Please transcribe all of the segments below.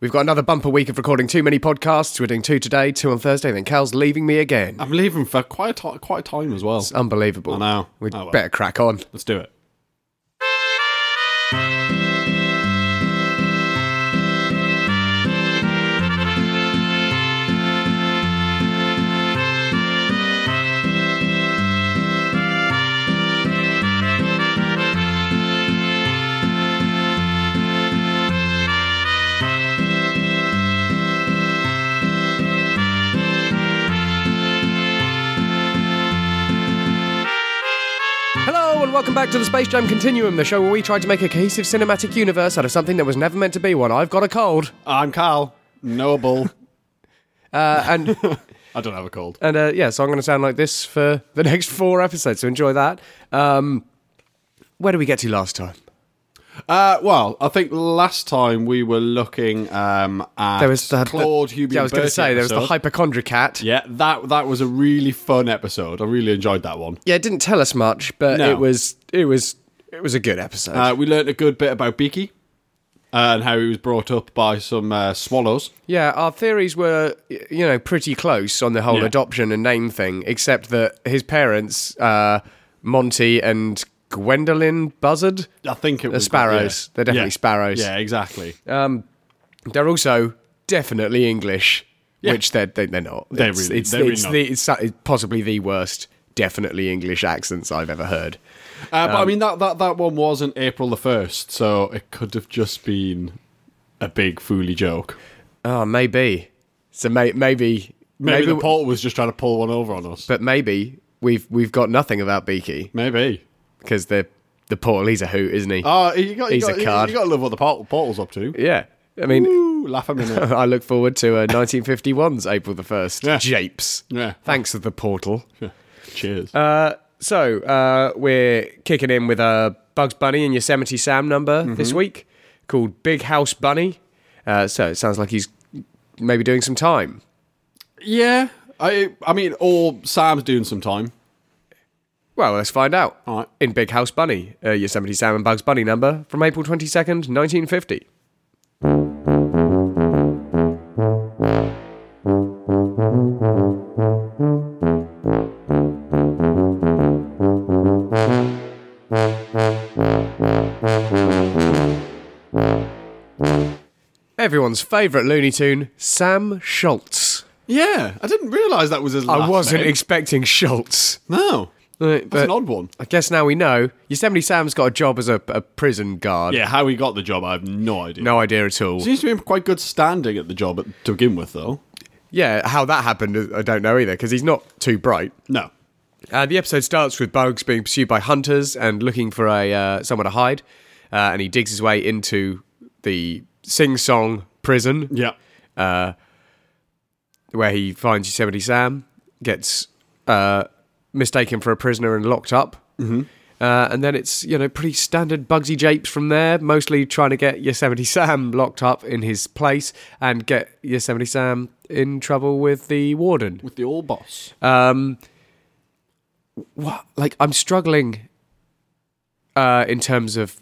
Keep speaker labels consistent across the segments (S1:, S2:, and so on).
S1: We've got another bumper week of recording too many podcasts. We're doing two today, two on Thursday, then Cal's leaving me again.
S2: I'm leaving for quite a ti quite a time as well.
S1: It's unbelievable.
S2: I know.
S1: We'd
S2: Oh, well.
S1: better crack on.
S2: Let's do it.
S1: Hello, and welcome back to the Space Jam Continuum, the show where we try to make a cohesive cinematic universe out of something that was never meant to be one. I've got a cold.
S2: I'm Carl Noble.
S1: Uh, and
S2: I don't have a cold.
S1: and uh, yeah, so I'm going to sound like this for the next four episodes, so enjoy that. Um, where did we get to last time?
S2: Uh, well, I think last time we were looking um, at
S1: There was the,
S2: Claude
S1: the-
S2: Hubian.
S1: Yeah, I was going to
S2: Bertie
S1: say, there was the
S2: episode.
S1: hypochondriacat.
S2: Yeah, that that was a really fun episode. I really enjoyed that one.
S1: Yeah, it didn't tell us much, but
S2: No.
S1: it was it was it was a good episode.
S2: Uh, we learnt a good bit about Beaky uh, and how he was brought up by some uh, swallows.
S1: yeah, our theories were y- you know pretty close on the whole
S2: Yeah.
S1: adoption and name thing, except that his parents, uh, Monty and Gwendolyn Buzzard,
S2: I think it was
S1: sparrows.
S2: yeah.
S1: They're definitely
S2: Yeah.
S1: sparrows.
S2: Yeah, exactly.
S1: they're also definitely English, which they're they, they're not.
S2: They're
S1: it's,
S2: really-
S1: it's,
S2: they're really
S1: it's
S2: not.
S1: the, it's, it's possibly the worst definitely English accents I've ever heard.
S2: Uh, but I mean that, that that one wasn't April the first, so it could have just been a big fooly joke.
S1: Oh, maybe. So may, maybe
S2: Maybe, the
S1: we-
S2: portal was just trying to pull one over on us.
S1: but maybe we've we've got nothing about Beaky
S2: Maybe.
S1: because the the portal he's a hoot, isn't he?
S2: Oh, you got, you
S1: He's
S2: got,
S1: a card.
S2: You, got to love what the portal, portal's up to.
S1: Yeah, I mean,
S2: Ooh, laugh a minute.
S1: I look forward to uh, 1951's April the first.
S2: Yeah.
S1: Japes.
S2: Yeah.
S1: Thanks to the portal. Uh,
S2: Cheers.
S1: So uh, we're kicking in with a Bugs Bunny and Yosemite Sam number
S2: Mm-hmm.
S1: this week called Big House Bunny. Uh, so it sounds like he's maybe doing some time.
S2: yeah, I I mean, or Sam's doing some time.
S1: Well, let's find out.
S2: All right.
S1: In Big House Bunny, uh, Yosemite Sam and Bugs Bunny number from April 22nd, 1950. Everyone's favourite Looney Tune, Sam Schultz.
S2: Yeah, I didn't realise that was his last
S1: I wasn't
S2: name.
S1: expecting Schultz.
S2: no,
S1: Right,
S2: that's
S1: but-
S2: an odd one.
S1: I guess now we know. Yosemite Sam's got a job as a, a prison guard.
S2: Yeah, how he got the job, I have no idea.
S1: No idea at all.
S2: Seems to be in quite good standing at the job at, to begin with, though.
S1: Yeah, how that happened, uh, I don't know either, because he's not too bright.
S2: No.
S1: Uh, the episode starts with Bugs being pursued by hunters and looking for a uh, somewhere to hide, uh, and he digs his way into the sing-song prison
S2: Yeah.
S1: where he finds Yosemite Sam, gets uh, mistaken for a prisoner and locked up. Mm-hmm. Uh, and then it's, you know, pretty standard Bugsy Japes from there, mostly trying to get Yosemite Sam locked up in his place and get Yosemite Sam in trouble with the warden.
S2: With the old boss.
S1: Um, what? Like, I'm struggling uh, in terms of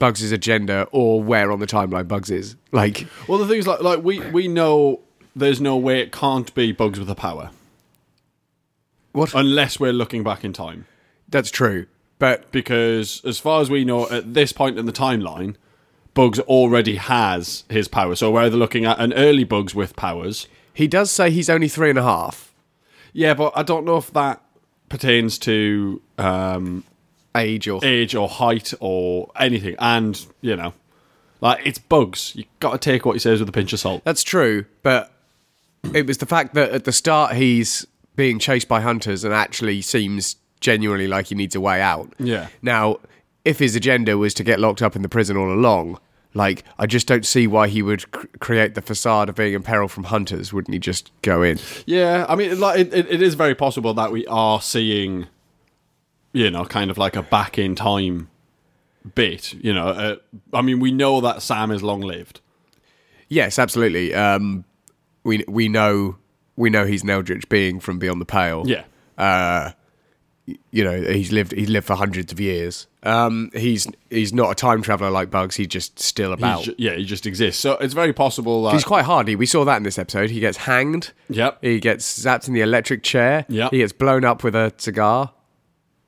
S1: Bugs' agenda or where on the timeline Bugs is. Like,
S2: Well, the thing is, like, like we we know there's no way it can't be bugs with a power.
S1: What?
S2: Unless we're looking back in time,
S1: that's true. But
S2: because as far as we know, at this point in the timeline, Bugs already has his power. So we're either looking at an early Bugs with powers.
S1: He does say he's only three and a half.
S2: Yeah, but I don't know if that pertains to um,
S1: Age or
S2: age or height or anything. And you know, like it's Bugs. You got to take what he says with a pinch of salt.
S1: that's true, but it was the fact that at the start he's being chased by hunters and actually seems genuinely like he needs a way out.
S2: Yeah.
S1: Now, if his agenda was to get locked up in the prison all along, like I just don't see why he would cr- create the facade of being in peril from hunters. Wouldn't he just go in?
S2: Yeah, I mean, like it, it, it is very possible that we are seeing, you know, kind of like a back in time bit. You know, uh, I mean, we know that Sam is long lived.
S1: Yes, absolutely. Um, we we know we know he's an eldritch being from beyond the pale.
S2: Yeah,
S1: you know he's lived he's lived for hundreds of years. Um, he's he's not a time traveler like Bugs. He's just still about.
S2: He's
S1: He's,
S2: ju- yeah, he just exists. So it's very possible that
S1: quite hardy. We saw that in this episode. He gets hanged.
S2: Yep.
S1: He gets zapped in the electric chair.
S2: Yep.
S1: He gets blown up with a cigar.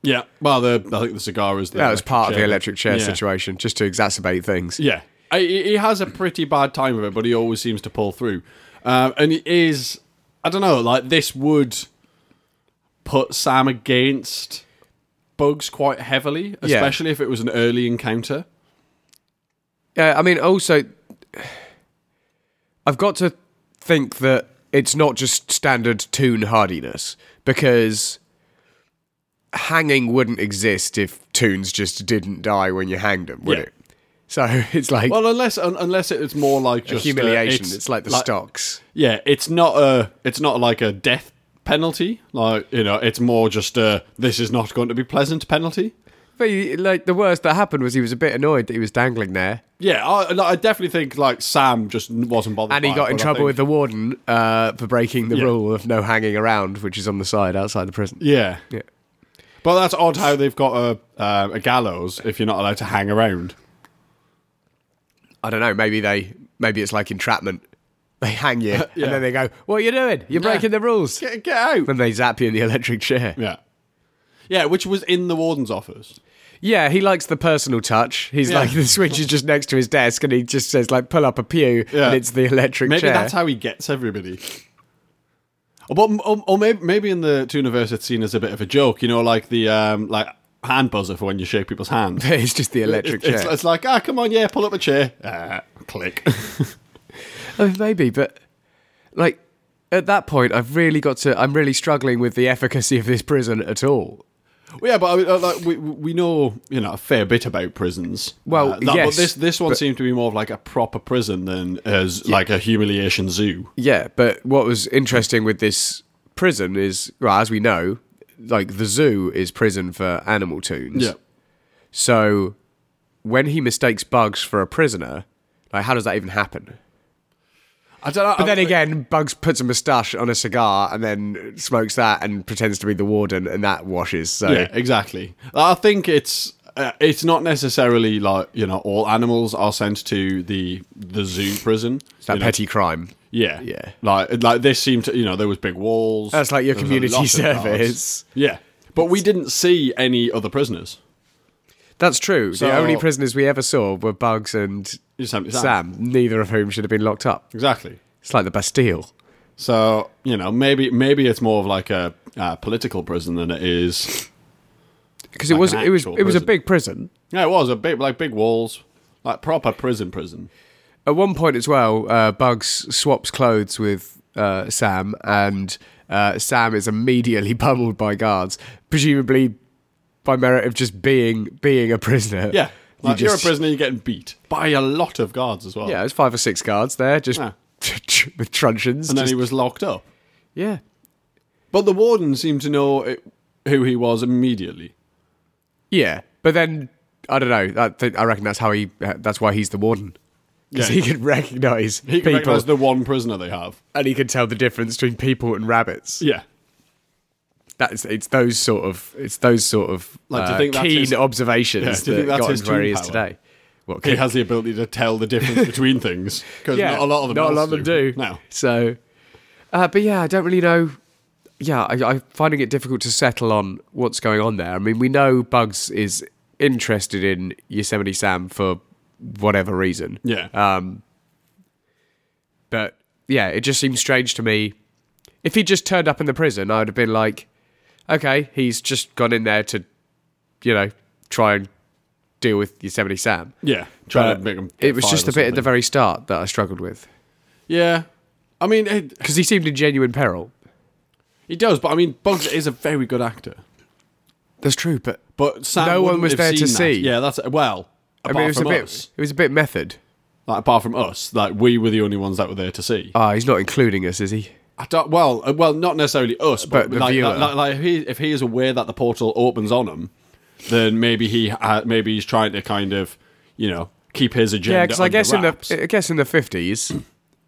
S2: yeah. Well, the I think the cigar is the
S1: That was
S2: electric
S1: part of the
S2: chair.
S1: electric chair
S2: Yeah.
S1: situation, just to exacerbate things.
S2: Yeah, I, he he has a pretty bad time of it, but he always seems to pull through. Um, and he is, I don't know, like this would put Sam against Bugs quite heavily,
S1: Yeah.
S2: especially if it was an early encounter.
S1: Yeah, I mean, also, I've got to think that it's not just standard Toon hardiness because hanging wouldn't exist if Toons just didn't die when you hanged them, would
S2: Yeah.
S1: it? So it's like
S2: Well, unless un, unless it's more like just uh,
S1: humiliation. it's, like the stocks.
S2: Yeah, it's not a it's not like a death penalty. Like you know, it's more just a this is not going to be pleasant penalty.
S1: But he- like the worst that happened was he was a bit annoyed that he was dangling there,
S2: Yeah, I, like, I definitely think like Sam just wasn't bothered,
S1: and he
S2: by it,
S1: got in
S2: but I
S1: trouble
S2: think-
S1: with the warden uh, for breaking the
S2: Yeah.
S1: rule of no hanging around, which is on the side outside the prison.
S2: Yeah.
S1: Yeah.
S2: But that's odd how they've got a uh, a gallows if you're not allowed to hang around.
S1: I don't know. Maybe they, maybe it's like entrapment. They hang you,
S2: Yeah.
S1: and then they go, "What are you doing? You're breaking the rules."
S2: Get, get out.
S1: And they zap you in the electric chair.
S2: Yeah. Yeah, which was in the warden's office.
S1: Yeah, he likes the personal touch. He's
S2: Yeah.
S1: like the switch is just next to his desk, and he just says like, "Pull up a pew,"
S2: Yeah.
S1: and it's the electric
S2: Maybe
S1: chair.
S2: that's how he gets everybody. Or, but, or, or maybe, maybe in the Tooniverse it's seen as a bit of a joke, you know, like the um, like hand buzzer for when you shake people's hands.
S1: it's just the electric
S2: It's, it's,
S1: chair.
S2: it's like, ah, come on, yeah, pull up a chair. Ah, click.
S1: I mean, Uh, maybe, but like at that point, I've really got to. I'm really struggling with the efficacy of this prison at all.
S2: Well, yeah, but I mean, uh, like we we know you know a fair bit about prisons. Uh,
S1: Well, yes,
S2: but this this one
S1: but-
S2: seemed to be more of like a proper prison than as like a humiliation zoo.
S1: Yeah, but what was interesting with this prison is, well, as we know, like the zoo is prison for animal tunes. So when he mistakes Bugs for a prisoner, like how does that even happen?
S2: I don't know.
S1: But then again, Bugs puts a moustache on a cigar and then smokes that and pretends to be the warden, and that washes. So
S2: yeah, exactly. I think it's uh, it's not necessarily like you know all animals are sent to the the zoo prison.
S1: it's that
S2: you know?
S1: petty crime.
S2: yeah,
S1: Yeah.
S2: Like like this seemed to you know there was big walls.
S1: That's like your
S2: there was a
S1: community
S2: lot of guards.
S1: service.
S2: Yeah, but we didn't see any other prisoners.
S1: That's true.
S2: So-
S1: the only prisoners we ever saw were Bugs and
S2: Just Sam.
S1: Sam, neither of whom should have been locked up.
S2: Exactly.
S1: It's like the Bastille.
S2: So you know, maybe maybe it's more of like a uh, political prison than it is.
S1: because it
S2: Like
S1: was
S2: an
S1: it was
S2: actual
S1: it was a
S2: prison.
S1: big prison.
S2: Yeah, it was a big like big walls, like proper prison prison.
S1: At one point as well, uh, Bugs swaps clothes with uh, Sam, and uh, Sam is immediately pummeled by guards, presumably by merit of just being being a prisoner.
S2: Yeah,
S1: You
S2: like you are a
S1: just-
S2: prisoner, you're getting beat by a lot of guards as well.
S1: Yeah, there's five or six guards there, just
S2: Ah.
S1: with truncheons.
S2: and then
S1: just-
S2: he was locked up.
S1: yeah,
S2: But the warden seemed to know it, who he was immediately.
S1: yeah. But then I don't know. That, that- I reckon that's how he. uh, That's why he's the warden. Because
S2: Yeah.
S1: he can recognise
S2: He
S1: people,
S2: recognized the one prisoner they have.
S1: and he can tell the difference between people and rabbits.
S2: Yeah,
S1: that's it's those sort of it's those sort of
S2: Like, do you
S1: uh,
S2: think that's
S1: keen
S2: his- Yeah,
S1: observations
S2: do you think
S1: that
S2: that's
S1: got him
S2: his
S1: to where he is
S2: Toon power?
S1: today. What
S2: he
S1: keen-
S2: has the ability to tell the difference between things because
S1: yeah,
S2: not a lot of them.
S1: not a
S2: else
S1: lot of them do.
S2: No.
S1: So, uh, but yeah, I don't really know. Yeah, I, I'm finding it difficult to settle on what's going on there. I mean, we know Bugs is interested in Yosemite Sam for whatever reason,
S2: Yeah.
S1: Uh, but yeah, it just seems strange to me. If he just turned up in the prison, I would have been like, okay, he's just gone in there to, you know, try and deal with Yosemite Sam.
S2: yeah. Trying to
S1: But
S2: make him. get
S1: It was
S2: fired
S1: just
S2: or
S1: a bit at the
S2: something.
S1: very start that I struggled with
S2: Yeah. I mean, it,
S1: because he seemed in genuine peril.
S2: He does, but I mean, Bugs is a very good actor.
S1: That's true, but
S2: But Sam
S1: No one
S2: wouldn't
S1: was
S2: have
S1: there to
S2: seen that.
S1: see.
S2: Yeah, that's well.
S1: I
S2: Apart
S1: mean, it was a
S2: from
S1: bit.
S2: us,
S1: It was a bit method.
S2: like apart from us, like we were the only ones that were there to see.
S1: Ah, he's not including us, is he?
S2: I don't, well, uh, well, not necessarily us, but,
S1: But the
S2: like,
S1: viewer.
S2: like, like, like if, he, if he is aware that the portal opens on him, then maybe he ha- maybe he's trying to kind of you know keep his agenda.
S1: Yeah, because I guess in
S2: under
S1: the I guess in the fifties,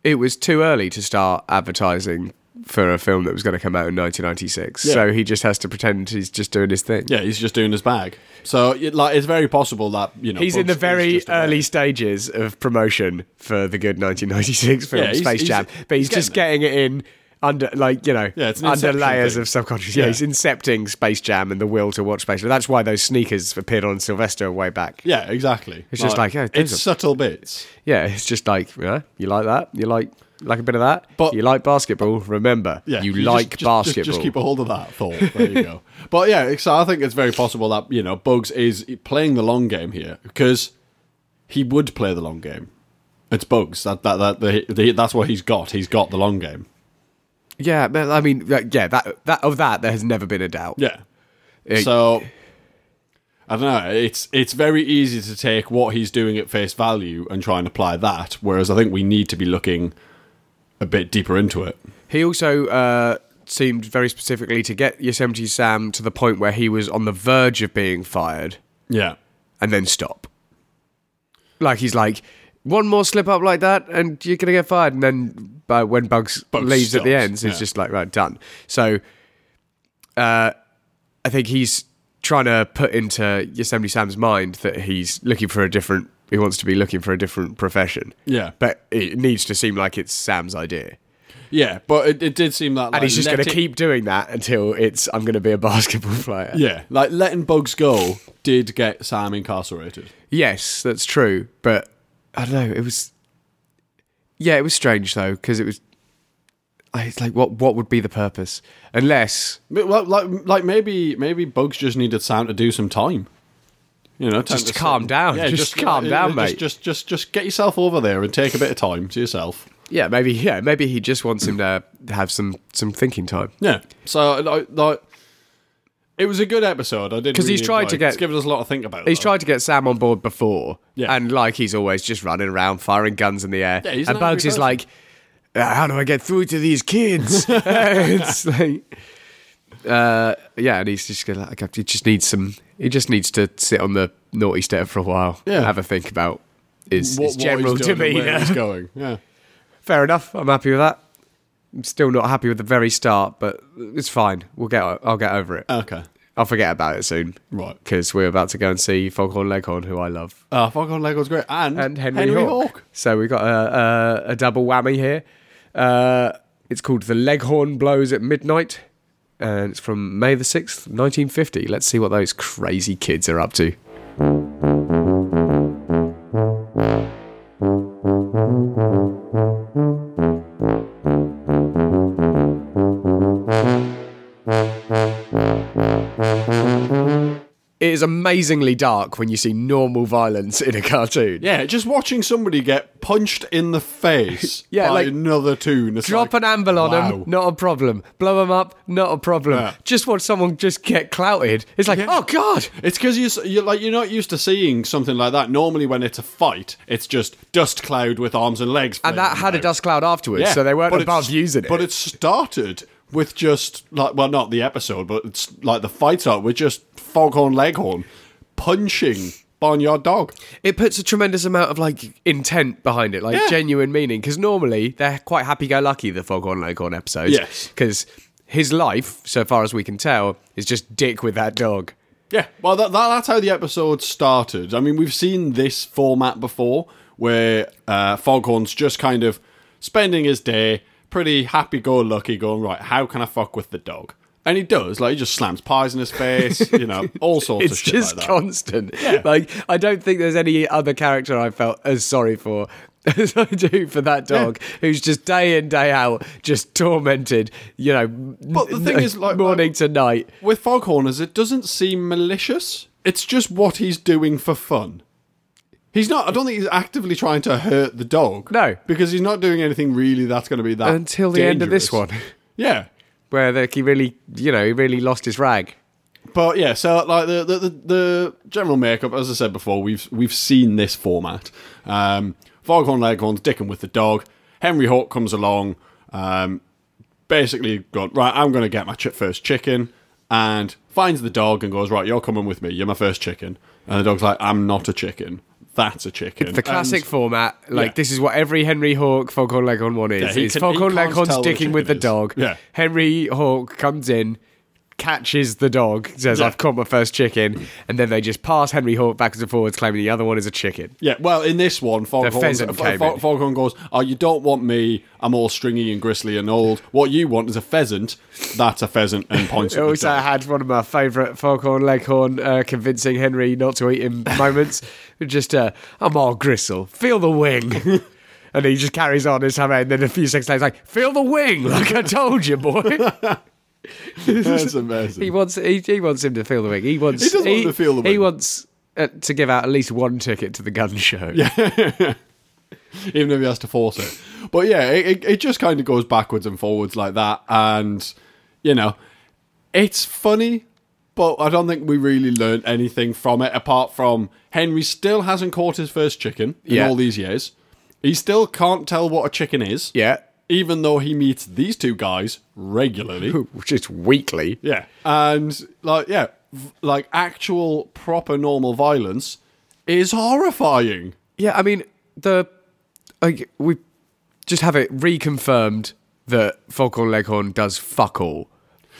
S1: it was too early to start advertising for a film that was going to come out in 1996.
S2: Yeah.
S1: So he just has to pretend he's just doing his thing.
S2: Yeah, he's just doing his bag. So it, like, it's very possible that you know
S1: He's in the
S2: Bugs is
S1: very
S2: just a-
S1: early stages of promotion for the good 1996 film
S2: Yeah, he's-
S1: Space
S2: he's-
S1: Jam, but he's,
S2: he's
S1: just getting it in under, like you know,
S2: Yeah, it's an
S1: under
S2: inception
S1: layers
S2: thing.
S1: of subconscious. Yeah,
S2: Yeah.
S1: he's incepting Space Jam and the will to watch Space Jam. That's why those sneakers appeared on Sylvester way back.
S2: Yeah, exactly.
S1: It's just like, yeah,
S2: it's
S1: those are-
S2: subtle bits.
S1: Yeah, it's just like, yeah, you like that? You like like a bit of that?
S2: But-
S1: you like basketball? Remember,
S2: Yeah,
S1: you,
S2: just-
S1: like
S2: just- just-
S1: basketball.
S2: Just, keep a hold of that thought. There you go. but yeah, it's- so I think it's very possible that you know Bugs is playing the long game here because he would play the long game. It's Bugs. That that that the, the, that's what he's got. He's got the long game.
S1: yeah, but I mean, like, yeah, that that of that there has never been a doubt.
S2: Yeah.
S1: Eh.
S2: so I don't know. It's it's very easy to take what he's doing at face value and try and apply that. Whereas I think we need to be looking a bit deeper into it.
S1: He also uh, seemed very specifically to get Yosemite Sam to the point where he was on the verge of being fired
S2: Yeah.
S1: and then stop. Like he's like, one more slip up like that and you're going to get fired. And then uh, when Bugs,
S2: Bugs
S1: leaves at the
S2: stops,
S1: end, so it's
S2: yeah.
S1: just like, right, done. So uh, I think he's trying to put into Yosemite Sam's mind that he's looking for a different, he wants to be looking for a different profession.
S2: Yeah.
S1: But it needs to seem like it's Sam's idea.
S2: Yeah, but it, it did seem that like,
S1: And he's just going to
S2: letting-
S1: keep doing that until it's I'm going to be a basketball player.
S2: Yeah, like letting Bugs go did get Sam incarcerated.
S1: Yes, that's true. But I don't know. It was. Yeah, it was strange though because it was. I- It's like what what would be the purpose unless
S2: But, Like, like, like maybe maybe Bugs just needed Sam to do some time. You know, time
S1: Just to calm down, just calm down,
S2: just,
S1: mate.
S2: Just, just, just get yourself over there and take a bit of time to yourself.
S1: yeah maybe yeah maybe he just wants him to have some some thinking time.
S2: Yeah. So like, like it was a good episode. I did
S1: 'Cause he's tried to get-
S2: it's given us a lot to think about.
S1: He's
S2: though.
S1: tried to get Sam on board before,
S2: Yeah.
S1: and like he's always just running around firing guns in the air.
S2: Yeah, he's
S1: and
S2: an angry
S1: Bugs is
S2: person.
S1: like, "Uh, "How do I get through to these kids?" it's like, uh, yeah, and he's just gonna like, he just needs some. He just needs to sit on the naughty step for a while.
S2: Yeah.
S1: have a think about his,
S2: What-
S1: his
S2: what he's
S1: general
S2: doing and where
S1: demeanor.
S2: he's going. Yeah.
S1: Fair enough. I'm happy with that. I'm still not happy with the very start, but it's fine. We'll get. o- I'll get over it.
S2: Okay.
S1: I'll forget about it soon.
S2: Uh, Right.
S1: Because we're about to go and see Foghorn Leghorn, who I love
S2: Uh, Fog on Lego's great, and,
S1: and Henry, Hawk.
S2: Hawk.
S1: So we got a, a, a double whammy here. Uh, it's called The Leghorn Blows at Midnight, and it's from May the 6th, 1950. Let's see what those crazy kids are up to. It is amazingly dark when you see normal violence in a cartoon.
S2: Yeah, just watching somebody get punched in the face
S1: Yeah,
S2: by
S1: like,
S2: another tune. It's
S1: Drop
S2: like,
S1: an anvil on
S2: wow.
S1: them, not a problem. Blow them up, not a problem.
S2: Yeah.
S1: Just watch someone just get clouted. It's like,
S2: Yeah.
S1: oh god,
S2: It's because you s- you're like you're not used to seeing something like that. Normally, when it's a fight, it's just dust cloud with arms and legs.
S1: and that
S2: flailing
S1: had a
S2: about.
S1: dust cloud afterwards,
S2: Yeah,
S1: so they weren't
S2: but
S1: above
S2: it's-
S1: using it.
S2: But it started with just like well, not the episode, but it's like the fight start with just Foghorn Leghorn punching Barnyard Dog.
S1: it puts a tremendous amount of like intent behind it, like
S2: Yeah.
S1: genuine meaning. Because normally they're quite happy-go-lucky, the Foghorn Leghorn episodes.
S2: Yes.
S1: because his life, so far as we can tell, is just dick with that dog.
S2: Yeah, well, that, that, that's how the episode started. I mean, we've seen this format before where uh, Foghorn's just kind of spending his day pretty happy go lucky, going, right, how can I fuck with the dog? And he does, like, he just slams pies in his face, you know, all sorts
S1: It's
S2: of shit
S1: just
S2: like that.
S1: constant. Like I don't think there's any other character I felt as sorry for as I do for that dog, who's just day in day out, just tormented. You know, but
S2: the thing is, like,
S1: morning to night.
S2: with Foghorners, it doesn't seem malicious. It's just what he's doing for fun. He's not. I don't think he's actively trying to hurt the dog.
S1: No.
S2: because he's not doing anything really that's going to be that
S1: Until the end of this
S2: dangerous.
S1: one.
S2: Yeah,
S1: Where like, he really, you know, he really lost his rag.
S2: but yeah. So like the the, the the general makeup, as I said before, we've we've seen this format. Um, Foghorn Leghorn's dicking with the dog. Henry Hawk comes along. Um, basically gone right. I'm going to get my ch- first chicken, and finds the dog and goes right. You're coming with me. You're my first chicken. And the dog's like, I'm not a chicken. that's a chicken.
S1: The classic
S2: And
S1: format, like
S2: Yeah.
S1: this is what every Henry Hawk Foghorn Leghorn one is.
S2: Yeah, he
S1: is
S2: can- he
S1: Foghorn
S2: can't
S1: Leghorn's
S2: tell what
S1: dicking
S2: chicken
S1: with the
S2: it is.
S1: dog.
S2: Yeah.
S1: Henry Hawk comes in, catches the dog, says,
S2: Yeah.
S1: "I've caught my first chicken," and then they just pass Henry Hawk backwards and forwards, claiming the other one is a chicken.
S2: yeah, well, in this one, Foghorn,
S1: pheasant
S2: Fo-
S1: came
S2: Fo-
S1: in.
S2: Foghorn goes, "Oh, you don't want me? I'm all stringy and gristly and old. What you want is a pheasant. That's a pheasant." And points.
S1: It
S2: at the
S1: also
S2: dog.
S1: had one of my favourite Foghorn Leghorn uh, convincing Henry not to eat him moments. just, uh, I'm all gristle. Feel the wing. and he just carries on as having, and then a few seconds later, he's like, feel the wing, like I told you, boy.
S2: That's amazing.
S1: He wants he, he wants him to feel the wing. He wants
S2: He does want him to feel the
S1: He
S2: wing.
S1: wants uh, to give out at least one ticket to the gun show. Yeah,
S2: even if he has to force it. But yeah, it, it, it just kind of goes backwards and forwards like that. And, you know, it's funny, but I don't think we really learned anything from it apart from Henry still hasn't caught his first chicken in
S1: Yeah.
S2: all these years. He still can't tell what a chicken is,
S1: yeah,
S2: even though he meets these two guys regularly.
S1: just weekly.
S2: Yeah. And like yeah, v- like actual proper normal violence is horrifying.
S1: Yeah, I mean the like we just have it reconfirmed that Foghorn Leghorn does fuck all.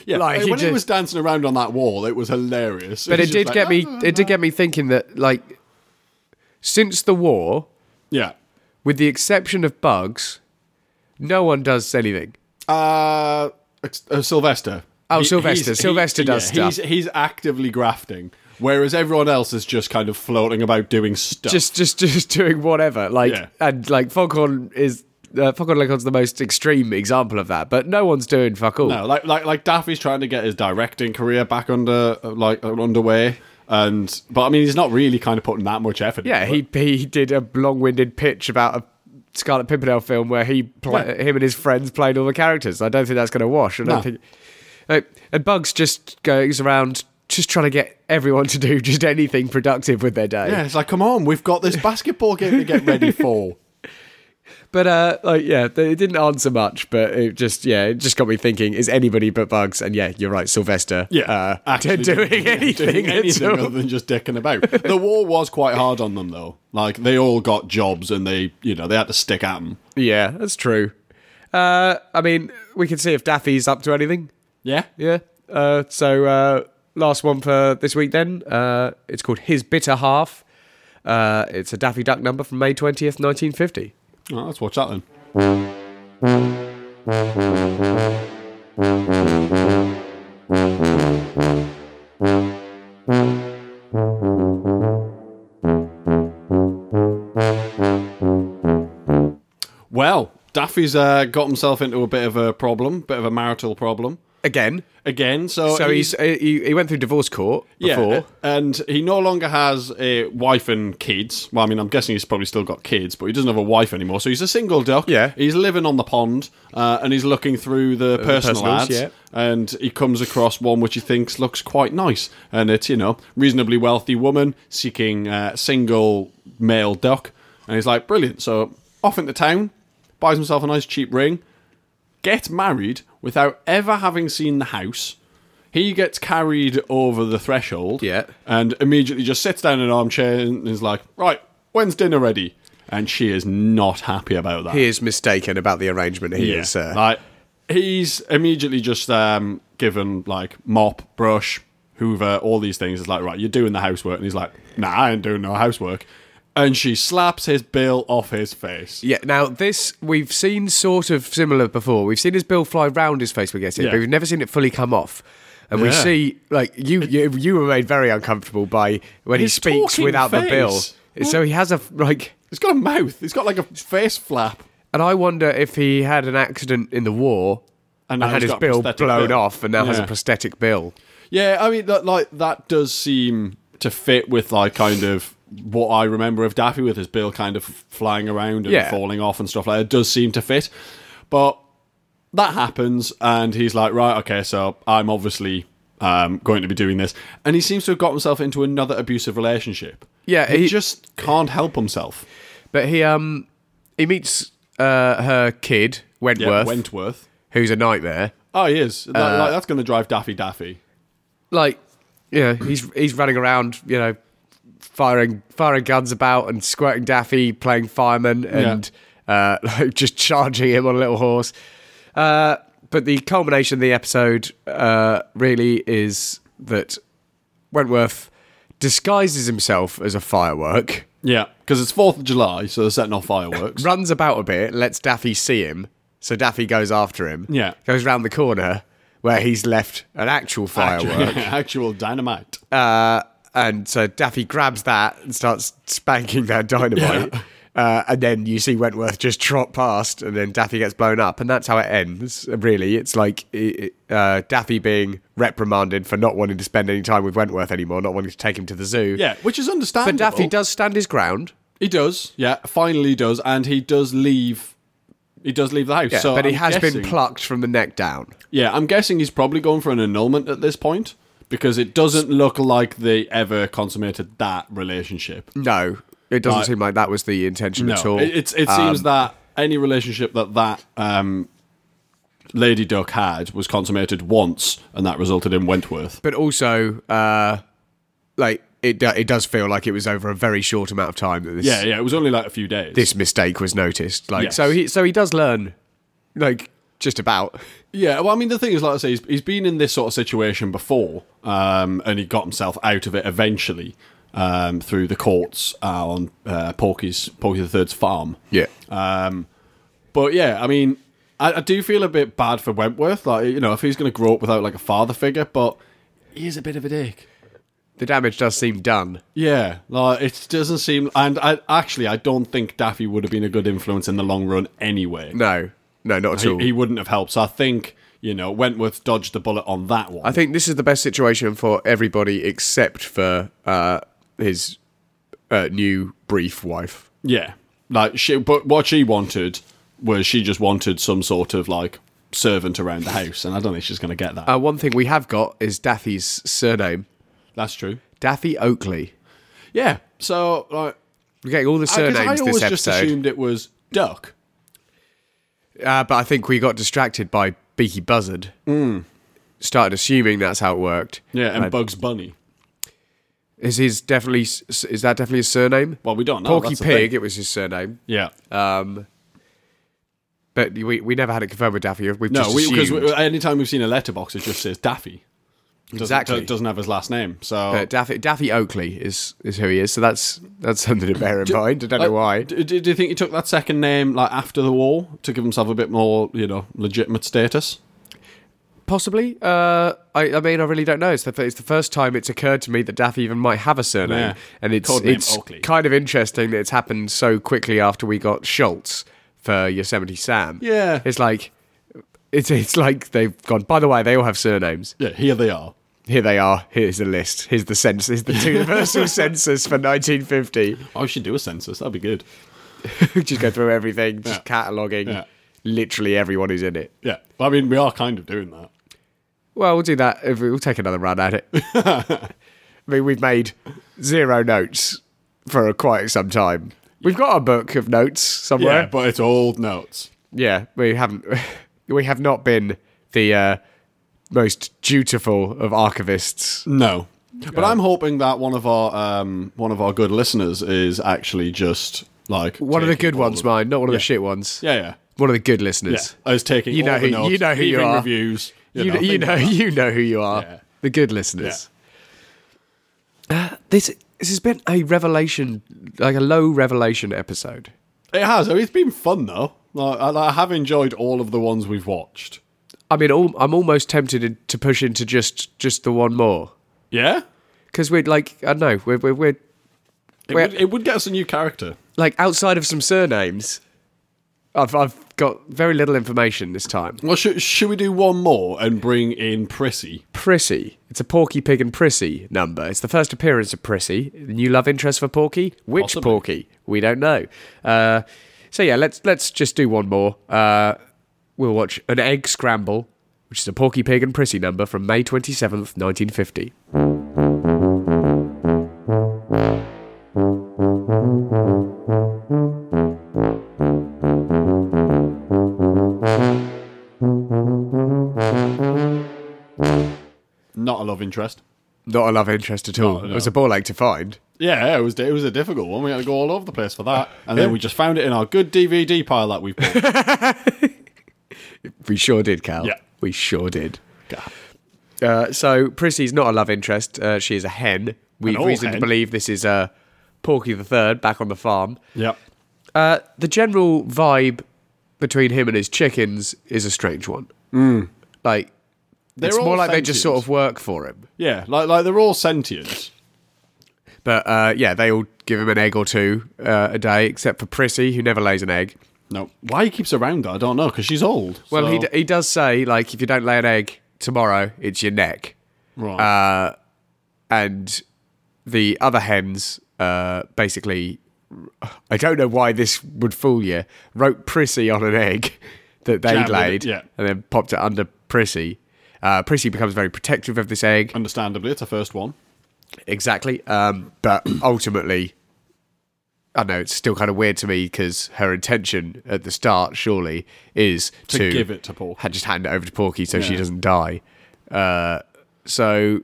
S2: Yeah,
S1: Like,
S2: when
S1: he
S2: he,
S1: just-
S2: was dancing around on that wall, it was hilarious.
S1: But
S2: was
S1: it
S2: just
S1: did
S2: like,
S1: get me.
S2: "Ah."
S1: It did get me thinking that like since the war,
S2: Yeah.
S1: with the exception of bugs, no one does anything.
S2: Uh, ex- uh, Sylvester.
S1: Oh, Sylvester.
S2: he's-
S1: Sylvester does
S2: He's, he's actively grafting, whereas everyone else is just kind of floating about doing stuff.
S1: just just just doing whatever like
S2: Yeah.
S1: and like foghorn is uh, foghorn leghorn's the most extreme example of that but no one's doing fuck all
S2: no, like like like Daffy's trying to get his directing career back under uh, like uh, underway, and but I mean he's not really kind of putting that much effort.
S1: yeah
S2: into it.
S1: he he did a long-winded pitch about a scarlet pimpernel film where he pla
S2: Yeah.
S1: him and his friends played all the characters i don't think that's going to wash i don't
S2: No.
S1: think like, and bugs just goes around just trying to get everyone to do just anything productive with their day
S2: yeah, it's like come on, we've got this basketball game to get ready for.
S1: but uh like yeah they- it didn't answer much but it just yeah it just got me thinking is anybody but bugs and yeah you're right sylvester
S2: Yeah,
S1: uh,
S2: actually
S1: doing,
S2: yeah,
S1: anything,
S2: doing
S1: at
S2: anything
S1: all.
S2: other than just dicking about. the war was quite hard on them though. Like they all got jobs and they, you know, they had to stick at them.
S1: Yeah, that's true. Uh, I mean, we can see if Daffy's up to anything.
S2: Yeah,
S1: Yeah. Uh, so uh, last one for this week then. Uh, it's called His Bitter Half. Uh, it's a Daffy Duck number from May twentieth, nineteen fifty.
S2: Oh, let's watch that then. Well, Daffy's uh, got himself into a bit of a problem, bit of a marital problem
S1: Again,
S2: again. So,
S1: so he's, he he went through divorce court before.
S2: and he no longer has a wife and kids. Well, I mean, I'm guessing he's probably still got kids, but he doesn't have a wife anymore. So he's a single duck.
S1: Yeah.
S2: He's living on the pond uh, and he's looking through the personal
S1: personals,
S2: ads.
S1: yeah.
S2: And he comes across one which he thinks looks quite nice. And it's, you know, reasonably wealthy woman seeking uh, single male duck. And he's like, brilliant. So off into town, buys himself a nice cheap ring, gets married without ever having seen the house. He gets carried over the threshold.
S1: Yeah.
S2: And immediately just sits down in an armchair and is like, right, when's dinner ready? And she is not happy about that.
S1: He is mistaken about the arrangement. He
S2: Yeah.
S1: is. Uh,
S2: Like, he's immediately just um, given like mop, brush, hoover, all these things. It's like, right, you're doing the housework. And he's like, nah, I ain't doing no housework. And she slaps his bill off his face.
S1: yeah. Now this we've seen sort of similar before. We've seen his bill fly round his face. We guess it,
S2: Yeah.
S1: but we've never seen it fully come off. And we
S2: Yeah.
S1: see like you, you you were made very uncomfortable by when
S2: His
S1: he speaks
S2: talking
S1: without the bill.
S2: face.
S1: So he has a like,
S2: He's got a mouth. He's got like a face flap.
S1: and I wonder if he had an accident in the war
S2: And
S1: and,
S2: now
S1: had
S2: he's
S1: his
S2: got a
S1: bill
S2: prosthetic
S1: blown
S2: bill.
S1: off, and now has a
S2: Yeah.
S1: prosthetic bill.
S2: Yeah, I mean, that, like that does seem to fit with like kind of what I remember of Daffy with his bill kind of flying around and
S1: Yeah.
S2: falling off and stuff like that. It does seem to fit, but that happens, and he's like, right, okay, so I'm obviously um, going to be doing this, and he seems to have got himself into another abusive relationship.
S1: Yeah,
S2: he,
S1: he-
S2: just can't help himself.
S1: But he um he meets uh, her kid
S2: Yeah,
S1: Wentworth,
S2: Wentworth.
S1: who's a nightmare.
S2: Oh, he is. That,
S1: Uh,
S2: like, that's going to drive Daffy Daffy.
S1: like yeah he's he's running around you know firing firing guns about and squirting Daffy, playing fireman, and uh, like just charging him on a little horse. Uh, but the culmination of the episode uh, really is that Wentworth disguises himself as a firework,
S2: Yeah, because it's Fourth of July, so they're setting off fireworks.
S1: runs about a bit, lets Daffy see him, so Daffy goes after him.
S2: Yeah.
S1: goes round the corner where he's left an actual firework.
S2: actual dynamite.
S1: Uh, and so Daffy grabs that and starts spanking that dynamite. Uh, and then you see Wentworth just trot past, and then Daffy gets blown up, and that's how it ends. Really, it's like it, it, uh, Daffy being reprimanded for not wanting to spend any time with Wentworth anymore, not wanting to take him to the zoo.
S2: Yeah, which is
S1: but
S2: understandable.
S1: Daffy does stand his ground.
S2: He does. Yeah, finally he does, and he does leave. He does leave the house.
S1: Yeah,
S2: so
S1: but he
S2: I'm
S1: has
S2: guessing-
S1: been plucked from the neck down.
S2: Yeah, I'm guessing he's probably going for an annulment at this point because it doesn't look like they ever consummated that relationship.
S1: No, it doesn't
S2: Right.
S1: seem like that was the intention at all. Um,
S2: It, it's- it seems that any relationship that that um, Lady Duck had was consummated once, and that resulted in Wentworth.
S1: but also uh like it do- it does feel like it was over a very short amount of time that this
S2: Yeah, yeah, it was only like a few days.
S1: this mistake was noticed like
S2: Yes.
S1: so he so he does learn like just about
S2: Yeah, well, I mean, the thing is, like I say, he's, he's been in this sort of situation before, um, and he got himself out of it eventually um, through the courts uh, on uh, Porky's Porky the Third's farm.
S1: yeah
S2: But yeah, I mean, I, I do feel a bit bad for Wentworth, like you know, if he's going to grow up without like a father figure, but he is a bit of a dick.
S1: the damage does seem done
S2: Yeah, like it doesn't seem, and I actually I don't think Daffy would have been a good influence in the long run anyway.
S1: no no not at all
S2: He, he wouldn't have helped. So I think you know Wentworth dodged the bullet on that one.
S1: i think this is the best situation for everybody except for uh his uh, new brief wife
S2: Yeah, like she. But what she wanted was she just wanted some sort of like servant around the house, and I don't think she's going to get that.
S1: uh, one thing we have got is daffy's surname
S2: That's true.
S1: daffy oakley
S2: Yeah. So like,
S1: we're getting all the
S2: I, Uh, 'cause I
S1: surnames
S2: always
S1: this
S2: just
S1: episode
S2: assumed it was duck.
S1: Uh, but I think we got distracted by Beaky Buzzard. Started assuming that's how it worked.
S2: Hmm. Yeah, and
S1: Uh,
S2: Bugs Bunny.
S1: is his definitely s- is that definitely his surname?
S2: Well, we don't know.
S1: Porky
S2: that's the
S1: Pig.
S2: thing.
S1: It was his surname.
S2: Yeah.
S1: Um, but we we never had it confirmed with Daffy. We've
S2: no,
S1: just
S2: because
S1: assumed.
S2: anytime we've seen a letterbox, it just says Daffy. Doesn't,
S1: Exactly.
S2: do- Doesn't have his last name. So
S1: But Daffy Daffy Oakley is is who he is. So that's that's something to bear in mind. I don't know
S2: Like,
S1: why.
S2: Do, do do you think he took that second name like after the war to give himself a bit more, you know, legitimate status?
S1: Possibly. Uh, I I mean I really don't know. It's the it's the first time it's occurred to me that Daffy even might have a surname,
S2: Yeah.
S1: and it's
S2: Codename
S1: it's
S2: Oakley.
S1: kind of interesting that it's happened so quickly after we got Schultz for Yosemite Sam.
S2: Yeah.
S1: it's like. It's, it's like they've gone. By the way, they all have surnames.
S2: Yeah, here they are.
S1: Here they are. Here's the list. Here's the census. The universal census for 1950.
S2: I Oh, should do a census. That'd be good.
S1: just go through everything, just cataloguing
S2: Yeah.
S1: literally everyone who's in it.
S2: Yeah. Well, I mean, we are kind of doing that.
S1: Well, we'll do that. If we, we'll take another run at it. I mean, we've made zero notes for quite some time. We've got a book of notes
S2: Yeah,
S1: somewhere.
S2: but it's old notes.
S1: Yeah, we haven't. We have not been the uh, most dutiful of archivists.
S2: No. But I'm hoping that one of our um, one of our good listeners is actually just like
S1: One of the
S2: taking
S1: good
S2: all
S1: ones,
S2: of-
S1: mine, not one of the shit ones.
S2: Yeah, yeah,
S1: One of the good
S2: yeah.
S1: listeners.
S2: I was taking
S1: You
S2: all
S1: know
S2: the
S1: who-
S2: notes,
S1: you know who you
S2: leaving
S1: are.
S2: reviews.
S1: You, know, you
S2: things
S1: know,
S2: like
S1: you know who you are.
S2: Yeah.
S1: The good listeners. Uh, this this has been a revelation, like a low revelation episode.
S2: that. It has. I mean, it's been fun though. Like, I, I have enjoyed all of the ones we've watched.
S1: I mean, al- I'm almost tempted to push into just just the one more
S2: Yeah,
S1: because we're like, I don't know, we're we're, we're
S2: it
S1: Well-
S2: would, it would get us a new character.
S1: like outside of some surnames. I've I've got very little information this time.
S2: Well, should, should we do one more and bring in Prissy?
S1: Prissy, it's a Porky Pig and Prissy number. It's the first appearance of Prissy. New love interest for Porky. Which
S2: Possibly.
S1: Porky? We don't know. Uh, so yeah, let's let's just do one more. Uh, we'll watch an egg scramble, which is a Porky Pig and Prissy number from May twenty seventh, nineteen fifty.
S2: Not a love interest.
S1: Not a love interest at all.
S2: no.
S1: It was a ball ache to find.
S2: Yeah, it was it was a difficult one. We had to go all over the place for that, and then we just found it in our good DVD pile that we've bought.
S1: We sure did, Cal.
S2: Yeah.
S1: We sure did.
S2: God.
S1: Uh, so Prissy's not a love interest. Uh, she is a hen. We've
S2: old
S1: reason to
S2: hen.
S1: believe this is uh, Porky the Third back on the farm.
S2: yep.
S1: Uh, the general vibe between him and his chickens is a strange one. Like it's
S2: all
S1: more like they just sort
S2: sentient.
S1: of work for him.
S2: Yeah, like like they're all sentient.
S1: But uh, yeah, they all give him an egg or two uh, a day, except for Prissy, who never lays an egg.
S2: No, why he keeps around her, I don't know, because she's old.
S1: Well, he
S2: so-
S1: d- he does say like if you don't lay an egg tomorrow, it's your neck.
S2: right.
S1: uh, and the other hens uh, basically I don't know why this would fool you wrote Prissy on an egg that they
S2: Jammed it,
S1: laid
S2: yeah.
S1: and then popped it under Prissy. Uh, Prissy becomes very protective of this egg
S2: Understandably, it's the first one.
S1: exactly um, but ultimately I know it's still kind of weird to me because her intention at the start surely is to,
S2: give it to Porky.
S1: ha- just hand it over to Porky so she
S2: Yeah.
S1: doesn't die uh, so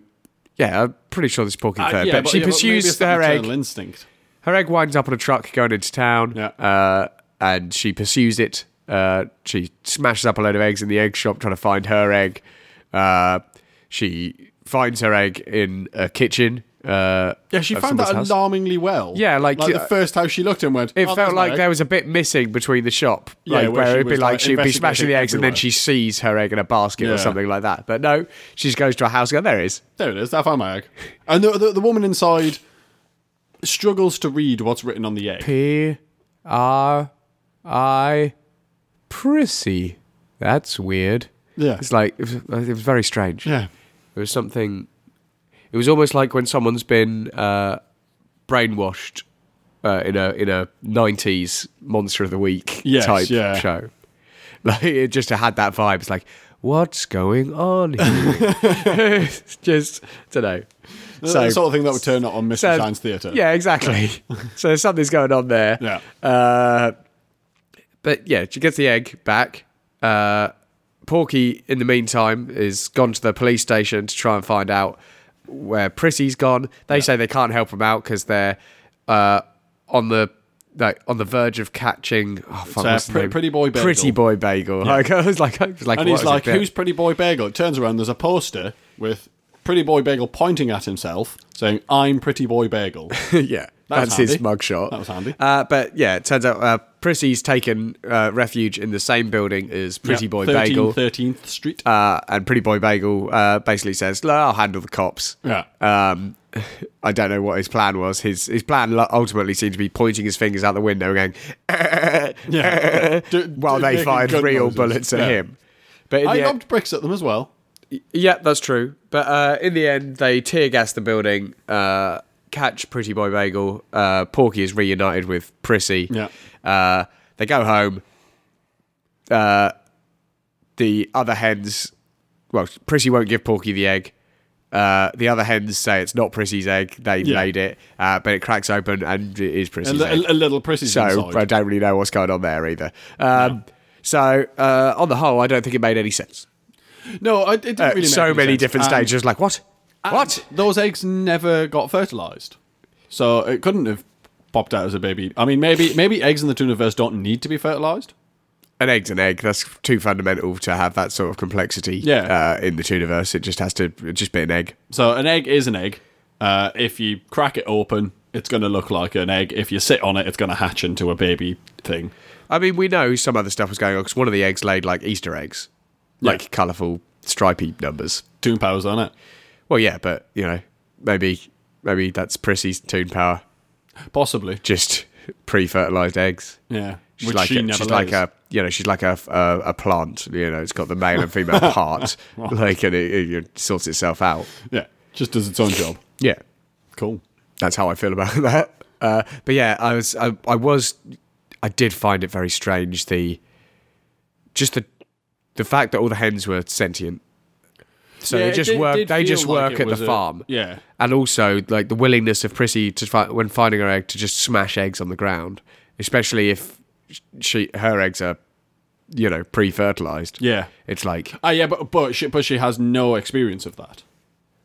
S1: yeah I'm pretty sure this is Porky
S2: Uh,
S1: third
S2: yeah,
S1: but, she
S2: yeah, maybe it's
S1: pursues
S2: the
S1: her egg
S2: maternal instinct.
S1: her egg winds up on a truck going into town,
S2: Yeah.
S1: uh, and she pursues it. Uh, she smashes up a load of eggs in the egg shop trying to find her egg. Uh, she finds her egg in a kitchen. Uh,
S2: Yeah, she
S1: of
S2: found that
S1: someone's house.
S2: alarmingly well.
S1: Yeah, like,
S2: the
S1: uh,
S2: first house she looked in went.
S1: It
S2: "Oh, there's
S1: felt
S2: my
S1: like
S2: egg."
S1: there was a bit missing between the shop,
S2: Yeah,
S1: like
S2: where
S1: where,
S2: she
S1: it'd be
S2: was,
S1: like,
S2: like,
S1: she'd be smashing the
S2: investigating
S1: eggs and then
S2: everywhere.
S1: she sees her egg in a basket
S2: Yeah.
S1: or something like that. But no, she just goes to a house. and Go, there it is.
S2: There it is. I found my egg. And the, the, the woman inside struggles to read what's written on the egg.
S1: P R I Prissy. That's weird.
S2: Yeah.
S1: It's like it was, it was very strange.
S2: yeah.
S1: It was something. It was almost like when someone's been uh, brainwashed uh, in a in a nineties Monster of the Week
S2: Yes,
S1: type
S2: yeah.
S1: show. Like it just had that vibe. It's like, what's going on? Here? it's just I don't know.
S2: So, the sort of thing that would turn up on Mystery
S1: so-
S2: Science Theatre.
S1: Yeah, exactly. so something's going on there.
S2: Yeah.
S1: Uh, but yeah, she gets the egg back. Uh, Porky, in the meantime, is gone to the police station to try and find out where Prissy's gone. They say they can't help him out because they're uh, on the like on the verge of catching. Oh, fuck,
S2: uh,
S1: what's his
S2: Pre-
S1: name?
S2: Pretty Boy Bagel.
S1: Pretty boy bagel. Like, I was like, I was like,
S2: And
S1: what
S2: he's
S1: is it?
S2: like,
S1: Yeah.
S2: "Who's Pretty Boy Bagel?" It turns around. There's a poster with Pretty Boy Bagel pointing at himself, saying, "I'm Pretty Boy Bagel."
S1: yeah,
S2: That was
S1: that's his
S2: handy.
S1: mugshot.
S2: That was handy.
S1: Uh, but yeah, it turns out uh, Prissy's taken uh, refuge in the same building as Pretty Boy Bagel.
S2: Thirteenth Street.
S1: Uh, and Pretty Boy Bagel uh, basically says, "Look, I'll handle the cops.
S2: Yeah.
S1: Um, I don't know what his plan was. His his plan lo- ultimately seemed to be pointing his fingers out the window and going,
S2: Yeah. Do- do-
S1: while they
S2: making
S1: fired
S2: gun
S1: real
S2: noises.
S1: bullets at
S2: Yeah.
S1: him. But in
S2: I
S1: the end,
S2: lobbed bricks at them as well.
S1: yeah, that's true. But uh, in the end, they tear gas the building, uh, catch Pretty Boy Bagel. Uh, Porky is reunited with Prissy.
S2: Yeah.
S1: Uh, they go home. Uh, the other hens, well, Prissy won't give Porky the egg. Uh, the other hens say it's not Prissy's egg. They
S2: Yeah.
S1: laid it, uh, but it cracks open and it is
S2: A,
S1: Prissy's
S2: li-
S1: egg
S2: a little Prissy's
S1: so I
S2: inside.
S1: don't really know what's going on there either. Um, So uh, on the whole, I don't think it made any sense.
S2: No, I, it didn't
S1: Uh,
S2: really. Make
S1: so
S2: any
S1: many
S2: sense. Um,
S1: different
S2: And-
S1: stages. Like what?
S2: and
S1: What?
S2: Those eggs never got fertilized, so it couldn't have popped out as a baby. I mean, maybe maybe eggs in the Tooniverse don't need to be fertilized.
S1: An egg's an egg. That's too fundamental to have that sort of complexity.
S2: Yeah.
S1: Uh, in the Tooniverse, it just has to it just be an egg.
S2: So an egg is an egg. Uh, if you crack it open, it's going to look like an egg. If you sit on it, it's going to hatch into a baby thing.
S1: I mean, we know some other stuff was going on because one of the eggs laid like Easter eggs, like
S2: Yeah.
S1: colourful stripy numbers.
S2: Toon powers on it,
S1: Well, yeah, but you know, maybe maybe that's Prissy's toon power.
S2: possibly.
S1: Just pre-fertilized eggs.
S2: Yeah,
S1: She's
S2: which
S1: like
S2: she
S1: a,
S2: never
S1: she's like
S2: lays.
S1: a you know she's like a, a a plant you know it's got the male and female part like and it, it, it sorts itself out
S2: yeah, just does its own job.
S1: yeah
S2: Cool.
S1: that's how I feel about that uh, but yeah I was I, I was I did find it very strange the just the the fact that all the hens were sentient so
S2: Yeah,
S1: they
S2: it
S1: just
S2: did-
S1: work
S2: did
S1: they
S2: feel
S1: just
S2: like
S1: work
S2: it
S1: at
S2: was
S1: the
S2: a-
S1: farm
S2: Yeah,
S1: and also like the willingness of Prissy to fi- when finding her egg to just smash eggs on the ground, especially if she her eggs are, you know, pre-fertilized.
S2: yeah.
S1: It's like
S2: Ah, yeah, but but she, but she has no experience of that.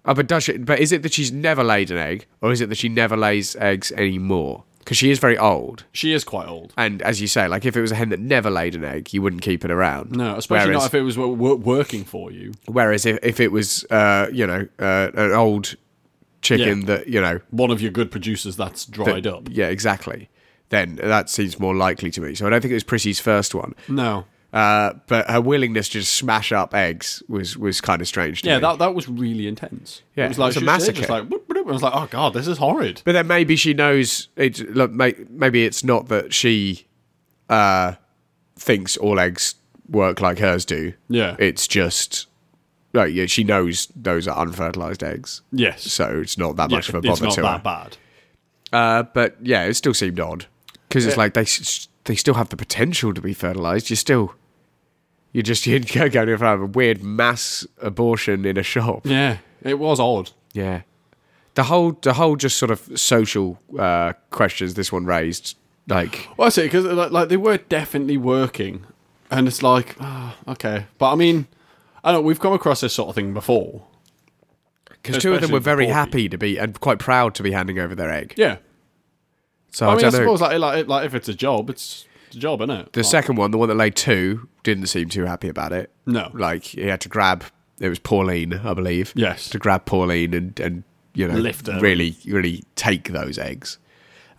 S1: Oh, but does she? But is it that she's never laid an egg, or is it that she never lays eggs anymore? Because she is very old,
S2: She is quite old.
S1: and as you say, like if it was a hen that never laid an egg, you wouldn't keep it around.
S2: No, especially
S1: whereas,
S2: not if it was wo- wo- working for you.
S1: Whereas if, if it was, uh, you know, uh, an old chicken
S2: Yeah.
S1: that you know,
S2: One of your good producers that's dried up.
S1: yeah, exactly. Then that seems more likely to me. So I don't think it was Prissy's first one,
S2: No.
S1: uh, but her willingness to just smash up eggs was was kind of strange. To
S2: Yeah,
S1: me.
S2: that that was really intense.
S1: Yeah,
S2: it was like
S1: it's a
S2: she was there just
S1: massacre.
S2: like, "Boop, boop," and I was like, oh god, this is horrid.
S1: But then maybe she knows. It, look, may- maybe it's not that she uh, thinks all eggs work like hers do.
S2: Yeah.
S1: It's just, like, yeah, she knows those are unfertilized eggs,
S2: yes,
S1: so it's not that much
S2: Yeah,
S1: of a
S2: it's
S1: bother
S2: not
S1: to
S2: that
S1: her.
S2: bad.
S1: Uh, but yeah, it still seemed odd because it's
S2: Yeah.
S1: like they s- they still have the potential to be fertilized. You're still. You're just you're going to have a weird mass abortion in a shop.
S2: Yeah, it was odd.
S1: Yeah, the whole the whole just sort of social uh, questions this one raised, like
S2: Well, I see because like, like they were definitely working, and it's like, ah, okay, but I mean, I don't. know, We've come across this sort of thing before.
S1: because two of them
S2: Especially
S1: were very
S2: Bobby.
S1: happy to be and quite proud to be handing over their egg.
S2: Yeah,
S1: So I,
S2: I, mean, I
S1: don't know.
S2: suppose like, like like if it's a job, it's a job, isn't it?
S1: the second one, the one that laid two, didn't seem too happy about it.
S2: No.
S1: like he had to grab. It was Pauline, I believe.
S2: Yes.
S1: to grab Pauline and and you know
S2: Lift her.
S1: really really take those eggs.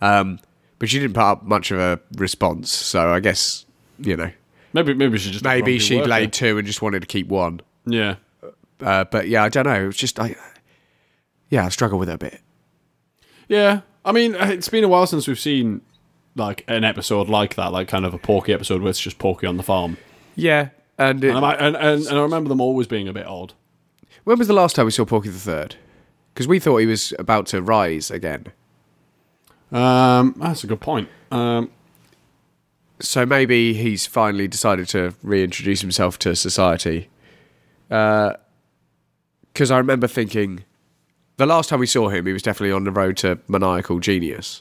S1: Um, but she didn't put up much of a response, so I guess you know
S2: Maybe maybe she just a
S1: maybe
S2: grumpy
S1: she'd
S2: worker.
S1: laid two and just wanted to keep one.
S2: Yeah,
S1: Uh, but yeah, I don't know. It was just I, yeah, I struggle with it a bit.
S2: yeah. I mean, uh, it's been a while since we've seen like an episode like that, like kind of a Porky episode where it's just Porky on the farm.
S1: Yeah, and, it,
S2: And I, and, and, and I remember them always being a bit odd.
S1: when was the last time we saw Porky the Third? Because we thought he was about to rise again.
S2: Um, that's a good point. Um,
S1: So maybe he's finally decided to reintroduce himself to society. Because I remember thinking, the last time we saw him, he was definitely on the road to maniacal genius.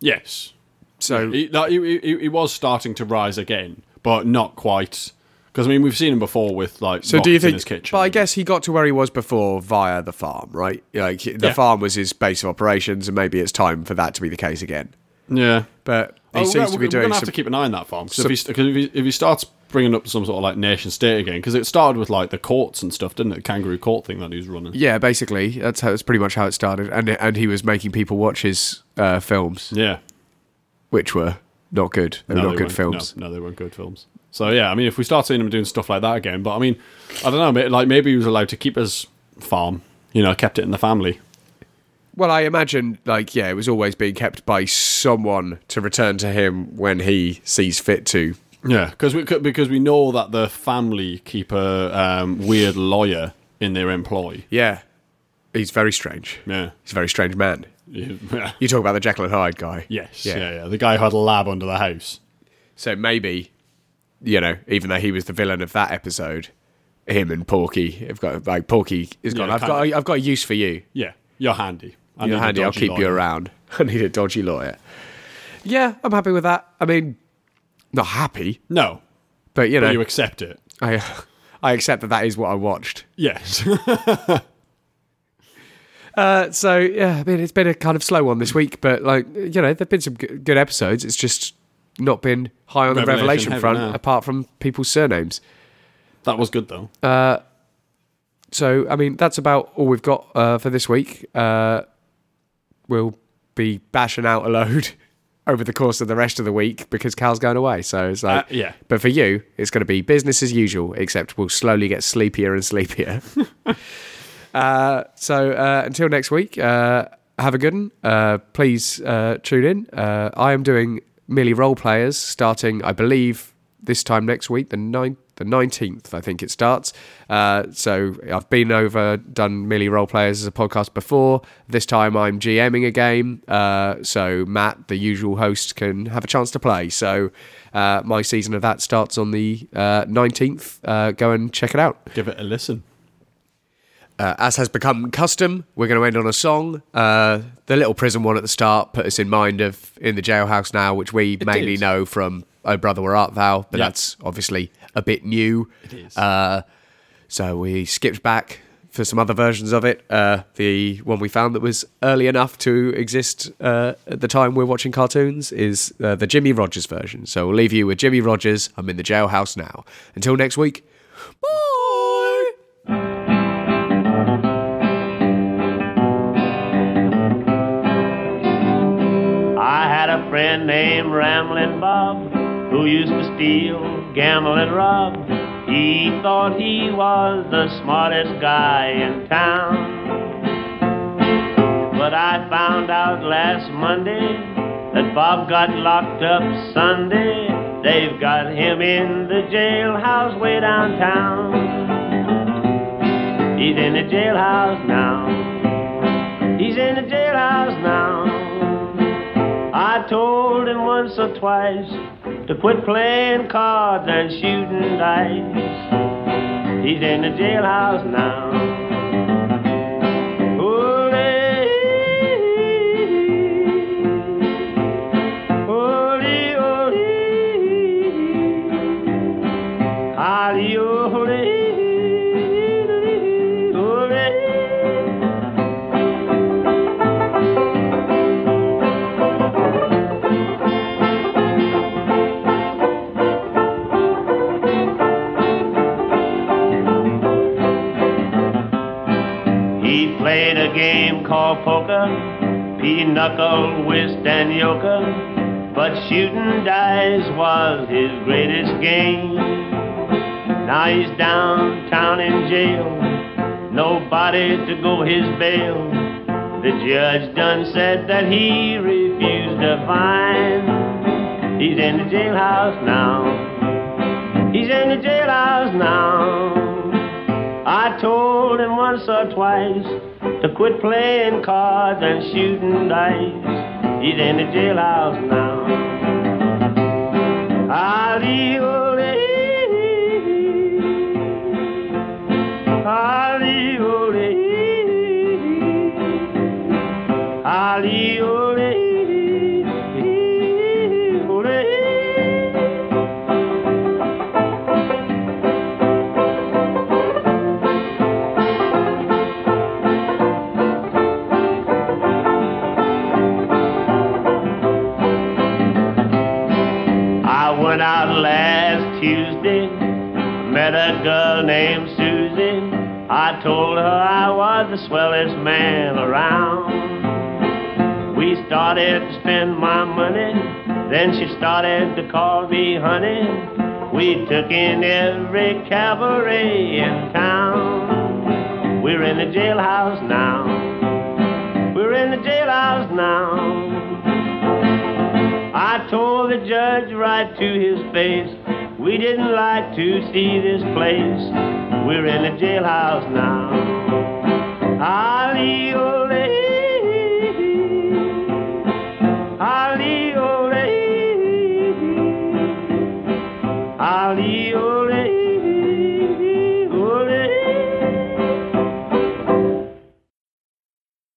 S2: yes,
S1: So
S2: he, that, he, he, he was starting to rise again, but not quite. Because I mean, we've seen him before with like
S1: So do you
S2: rockets in
S1: think?
S2: his kitchen?
S1: But I guess he got to where he was before via the farm, right? Like the
S2: Yeah.
S1: farm was his base of operations, and maybe it's time for that to be the case again.
S2: yeah.
S1: But he
S2: Oh,
S1: seems
S2: we're,
S1: to
S2: we're
S1: be doing
S2: gonna
S1: some.
S2: have to keep an eye on that farm because if, he, 'cause if, he, if he starts bringing up some sort of like nation state again, because it started with like the courts and stuff, didn't it? Kangaroo court thing that he was running.
S1: yeah, basically, that's how that's pretty much how it started, and and he was making people watch his uh, films,
S2: Yeah,
S1: which were not good. They were
S2: No,
S1: not
S2: they
S1: good
S2: weren't-
S1: films.
S2: No, no, they weren't good films. So yeah, I mean, if we start seeing him doing stuff like that again, but I mean, I don't know, ma- like maybe he was allowed to keep his farm, you know, kept it in the family.
S1: Well, I imagine, like, yeah, it was always being kept by someone to return to him when he sees fit to.
S2: Yeah, because we could- because we know that the family keep a um, weird lawyer in their employ.
S1: Yeah, he's very strange.
S2: Yeah.
S1: He's a very strange man.
S2: Yeah.
S1: You talk about the Jekyll and Hyde guy.
S2: Yes.
S1: Yeah.
S2: Yeah. yeah, The guy who had a lab under the house.
S1: So maybe, you know, even though he was the villain of that episode, him and Porky have got like Porky is gone.
S2: Yeah,
S1: I've
S2: kinda.
S1: got I've got a use for you.
S2: Yeah, you're handy. I
S1: You're
S2: need a
S1: handy. I'll
S2: dodgy
S1: keep you
S2: lawyer.
S1: around. I need a dodgy lawyer. Yeah, I'm happy with that. I mean, not happy,
S2: No,
S1: but you know,
S2: you accept it.
S1: I I accept that that is what I watched.
S2: Yes.
S1: Uh, so yeah, I mean, it's been a kind of slow one this week, but like you know, there've been some g- good episodes. It's just not been high on the revelation
S2: Revelation heavy
S1: front,
S2: now.
S1: apart from people's surnames.
S2: that was good though.
S1: Uh, So, I mean, that's about all we've got uh, for this week. Uh, we'll be bashing out a load over the course of the rest of the week because Cal's going away. So it's like,
S2: Uh, yeah.
S1: But for you, it's going to be business as usual, except we'll slowly get sleepier and sleepier. uh, so uh, until next week, uh, have a good one. Uh, please uh, tune in. Uh, I am doing merely role players starting, I believe, this time next week, the 9th. The 19th, I think it starts. Uh, so I've been over, done Millie Role Players as a podcast before. This time I'm GMing a game. Uh, so Matt, the usual host, can have a chance to play. So uh, my season of that starts on the uh, 19th. Uh, go and check it out.
S2: Give it a listen.
S1: Uh, as has become custom, we're going to end on a song. Uh, the little prison one at the start put us in mind of In the Jailhouse Now, which we mainly
S2: did.
S1: know from Oh Brother Where Art Thou, but
S2: Yeah.
S1: that's obviously a bit new. It
S2: is.
S1: Uh, so we skipped back for some other versions of it. Uh, the one we found that was early enough to exist uh, at the time we're watching cartoons is uh, the Jimmy Rogers version. So we'll leave you with Jimmy Rogers. I'm in the jailhouse now. Until next week. Bye.
S3: I had a friend named Ramblin' Bob who used to steal, gamble, and rob. He thought he was the smartest guy in town. But I found out last Monday that Bob got locked up Sunday. They've got him in the jailhouse way downtown. He's in the jailhouse now. He's in the jailhouse now. I told him once or twice to quit playing cards and shooting dice. He's in the jailhouse now. Ooh-lee. Ooh-lee, ooh-lee. Holly, ooh-lee, ooh-lee. He played a game called poker, pinochle, whist, and yoker, but shooting dice was his greatest game. Now he's downtown in jail, nobody to go his bail. The judge done said that he refused a fine. He's in the jailhouse now. He's in the jailhouse now. I told him once or twice to quit playing cards and shooting dice. He's in the jailhouse now. Ali, ole. Ali, ole. Ali, ole. Ole. I went out last Tuesday, met a girl named Susie. I told her I was the swellest man around. We started to spend my money, then she started to call me honey. We took in every cabaret in town. We're in the jailhouse now. We're in the jailhouse now. I told the judge right to his face, we didn't like to see this place. We're in the jailhouse now. Ali ole, Ali ole, Ali ole.